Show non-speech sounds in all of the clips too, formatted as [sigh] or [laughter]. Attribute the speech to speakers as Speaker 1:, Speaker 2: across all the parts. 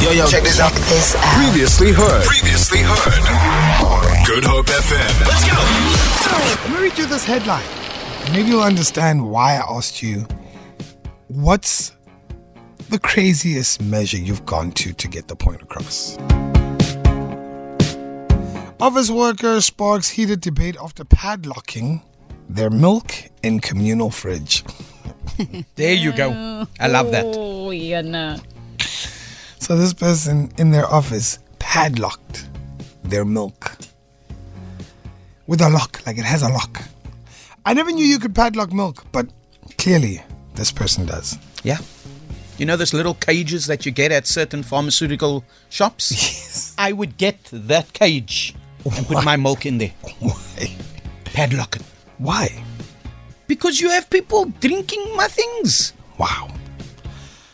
Speaker 1: Yo, yo, check this out.
Speaker 2: This out.
Speaker 3: Previously heard.
Speaker 1: Previously heard. Good Hope FM. Let's go.
Speaker 4: Let me read you this headline. Maybe you'll understand why I asked you what's the craziest measure you've gone to to get the point across? Office workers uh, sparks heated debate after padlocking their milk in communal fridge.
Speaker 5: There you go. I love that.
Speaker 6: Oh, yeah, no.
Speaker 4: So this person in their office padlocked their milk with a lock, like it has a lock. I never knew you could padlock milk, but clearly this person does.
Speaker 5: Yeah. You know those little cages that you get at certain pharmaceutical shops?
Speaker 4: Yes.
Speaker 5: I would get that cage and put my milk in there.
Speaker 4: [laughs] Why?
Speaker 5: Padlock it.
Speaker 4: Why?
Speaker 5: Because you have people drinking my things.
Speaker 4: Wow.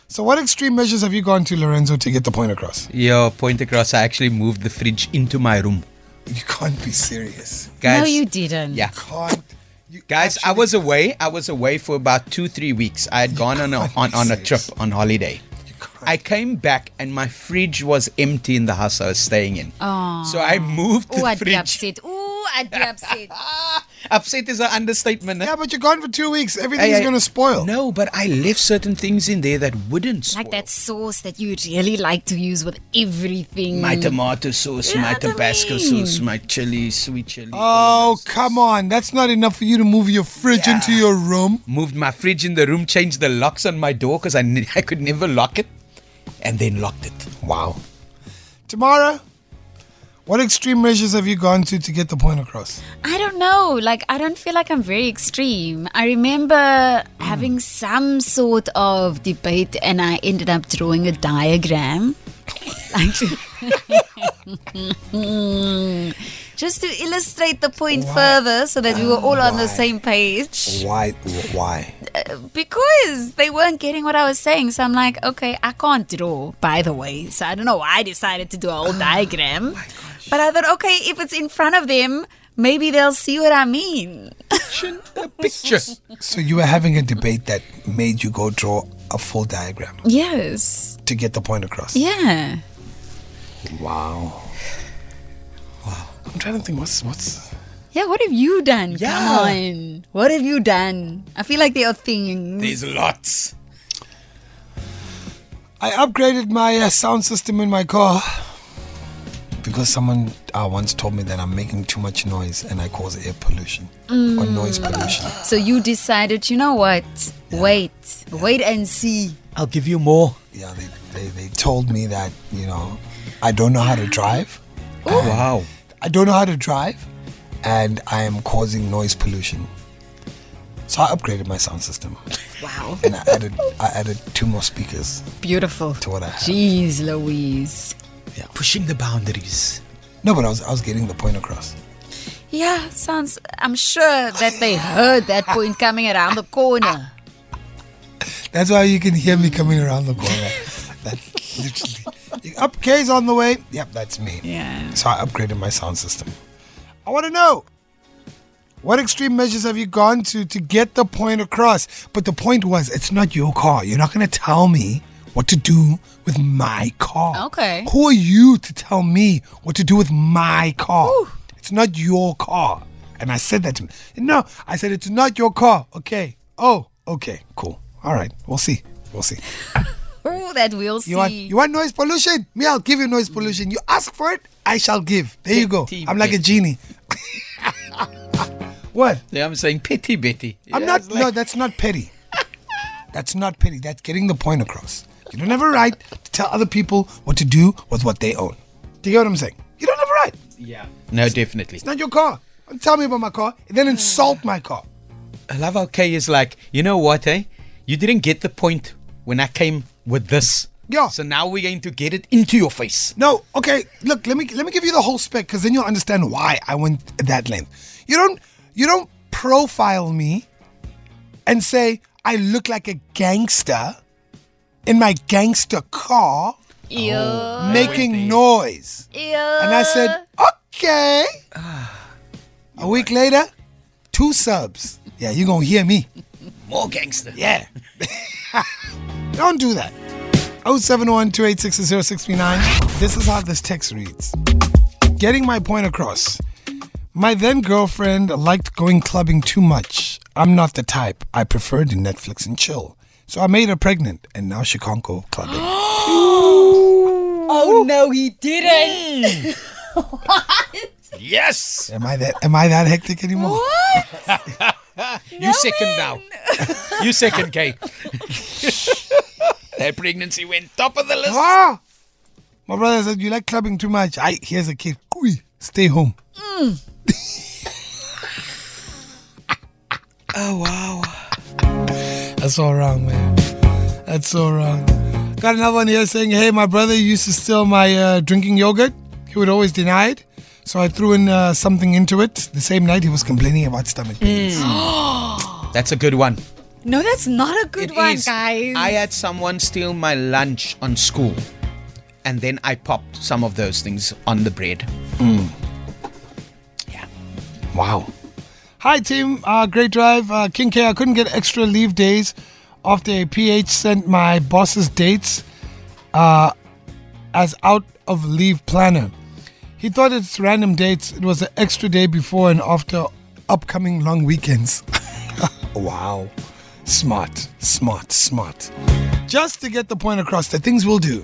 Speaker 4: So, what extreme measures have you gone to, Lorenzo, to get the point across?
Speaker 5: Your point across, I actually moved the fridge into my room.
Speaker 4: You can't be serious.
Speaker 5: Guys,
Speaker 6: no, you didn't.
Speaker 5: Yeah.
Speaker 4: Can't. You
Speaker 5: Guys, I
Speaker 4: actually-
Speaker 5: was away. I was away for about two, three weeks. I had gone on a,
Speaker 4: can't
Speaker 5: on,
Speaker 4: be
Speaker 5: on a trip
Speaker 4: serious.
Speaker 5: on holiday.
Speaker 4: can't.
Speaker 5: I came back and my fridge was empty in the house I was staying in. So I moved the
Speaker 6: Oh, I'd be
Speaker 5: fridge.
Speaker 6: upset. Oh, I'd be upset.
Speaker 5: [laughs] Ah, upset is an understatement. eh?
Speaker 4: Yeah, but you're gone for two weeks. Everything's
Speaker 5: Hey, hey,
Speaker 4: going to spoil.
Speaker 5: No, but I left certain things in there that wouldn't spoil.
Speaker 6: Like that sauce that you really like to use with everything.
Speaker 5: My tomato sauce,
Speaker 6: Yeah,
Speaker 5: my
Speaker 6: that's what I
Speaker 5: Tabasco
Speaker 6: mean.
Speaker 5: sauce, my chili, sweet chili. all
Speaker 4: Oh,
Speaker 5: of those.
Speaker 4: come on. That's not enough for you to move your fridge
Speaker 5: Yeah.
Speaker 4: into your room.
Speaker 5: Moved my fridge in the room, changed the locks on my door because I, ne- [laughs] I could never lock it, and then locked it.
Speaker 4: Wow. Tamara, what extreme measures have you gone to to get the point across?
Speaker 6: I don't know. Like, I don't feel like I'm very extreme. I remember
Speaker 5: Mm.
Speaker 6: having some sort of debate, and I ended up drawing a diagram. Like, [laughs] Just to illustrate the point further so that we were all on the same page.
Speaker 4: Why? Why?
Speaker 6: Because they weren't getting what I was saying. So I'm like, okay, I can't draw, by the way. So I don't know why I decided to do a whole diagram. But I thought, okay, if it's in front of them, maybe they'll see what I mean. [laughs]
Speaker 5: A picture.
Speaker 4: So you were having a debate that made you go draw a full diagram
Speaker 6: Yes.
Speaker 4: to get the point across.
Speaker 6: Yeah.
Speaker 4: Wow. Wow. I'm trying to think what's what's
Speaker 6: Yeah, what have you done?
Speaker 5: Yeah.
Speaker 6: Come on. What have you done? I feel like there are things.
Speaker 5: There's lots.
Speaker 4: I upgraded my uh, sound system in my car because someone uh, once told me that I'm making too much noise and I cause air pollution or noise pollution.
Speaker 6: So you decided, you know what? Wait. Wait and see.
Speaker 5: I'll give you more.
Speaker 4: Yeah, they, they, they told me that, you know, I don't know how to drive.
Speaker 5: Oh, wow.
Speaker 4: I don't know how to drive and I am causing noise pollution. So I upgraded my sound system
Speaker 6: Wow.
Speaker 4: and I added I added two more speakers
Speaker 6: Beautiful.
Speaker 4: to what I had.
Speaker 6: Jeez Louise.
Speaker 5: Pushing the boundaries.
Speaker 4: No, but I was I was getting the point across.
Speaker 6: Yeah, sounds. I'm sure that they heard that point coming around the corner.
Speaker 4: That's why you can hear me coming around the corner. that's literally. You- Up K's on the way. Yep, that's me.
Speaker 6: Yeah.
Speaker 4: So I upgraded my sound system. I want to know what extreme measures have you gone to to get the point across? But the point was, it's not your car. You're not going to tell me what to do with my car.
Speaker 6: Okay.
Speaker 4: Who are you to tell me what to do with my car? It's not your car. And I said that to him. No, I said, it's not your car. Okay. Oh, okay. Cool. All right. We'll see. We'll see.
Speaker 6: Oh, that we'll see.
Speaker 4: You want you want noise pollution? Me, I'll give you noise pollution. You ask for it, I shall give. There you go.
Speaker 5: Petty
Speaker 4: I'm like a
Speaker 5: bitch.
Speaker 4: genie. [laughs] what?
Speaker 5: Yeah, I'm saying petty Betty.
Speaker 4: I'm
Speaker 5: Yeah,
Speaker 4: not.
Speaker 5: it's
Speaker 4: no,
Speaker 5: like-
Speaker 4: that's not petty. that's not petty. That's getting the point across. You don't have a right to tell other people what to do with what they own. Do you get what I'm saying? You don't have a right.
Speaker 5: Yeah. No, definitely.
Speaker 4: It's not your car. Don't tell me about my car and then insult my car.
Speaker 5: I love how Kay is like, you know what, eh? You didn't get the point when I came with this.
Speaker 4: Yeah.
Speaker 5: So now we're going to get it into your face.
Speaker 4: No, okay. Look, let me let me give you the whole spec because then you'll understand why I went that length. You don't you don't profile me and say I look like a gangster in my gangster car
Speaker 6: Ew.
Speaker 4: making noise.
Speaker 6: Ew.
Speaker 4: And I said, okay. a week later, two subs. Yeah, you're gonna hear me. [laughs]
Speaker 5: More gangster.
Speaker 4: Yeah. don't do that. 071 This is how this text reads Getting my point across. My then girlfriend liked going clubbing too much. I'm not the type. I prefer to Netflix and chill. So I made her pregnant, and now she can't go clubbing.
Speaker 2: Oh no, he didn't.
Speaker 5: Yes.
Speaker 4: am I that? Am I that hectic anymore?
Speaker 5: you second
Speaker 6: [laughs]
Speaker 5: now. you second, [laughs] Kay. Her pregnancy went top of the list.
Speaker 4: Ah! My brother said, You like clubbing too much. I here's a kid. Kui, stay home. [laughs] oh wow. That's all wrong, man. That's so wrong. Got another one here saying, Hey, my brother used to steal my uh, drinking yogurt. He would always deny it. So I threw in uh, something into it. The same night he was complaining about stomach pains.
Speaker 5: That's a good one.
Speaker 6: No, that's not a good
Speaker 5: It
Speaker 6: one,
Speaker 5: is.
Speaker 6: guys.
Speaker 5: I had someone steal my lunch on school, and then I popped some of those things on the bread.
Speaker 4: Wow. Hi, team. Uh, great drive. Uh, King K, I couldn't get extra leave days after a PH sent my boss's dates uh, as out of leave planner. He thought it's random dates. It was an extra day before and after upcoming long weekends. [laughs] wow. Smart, smart, smart. Just to get the point across that things will do.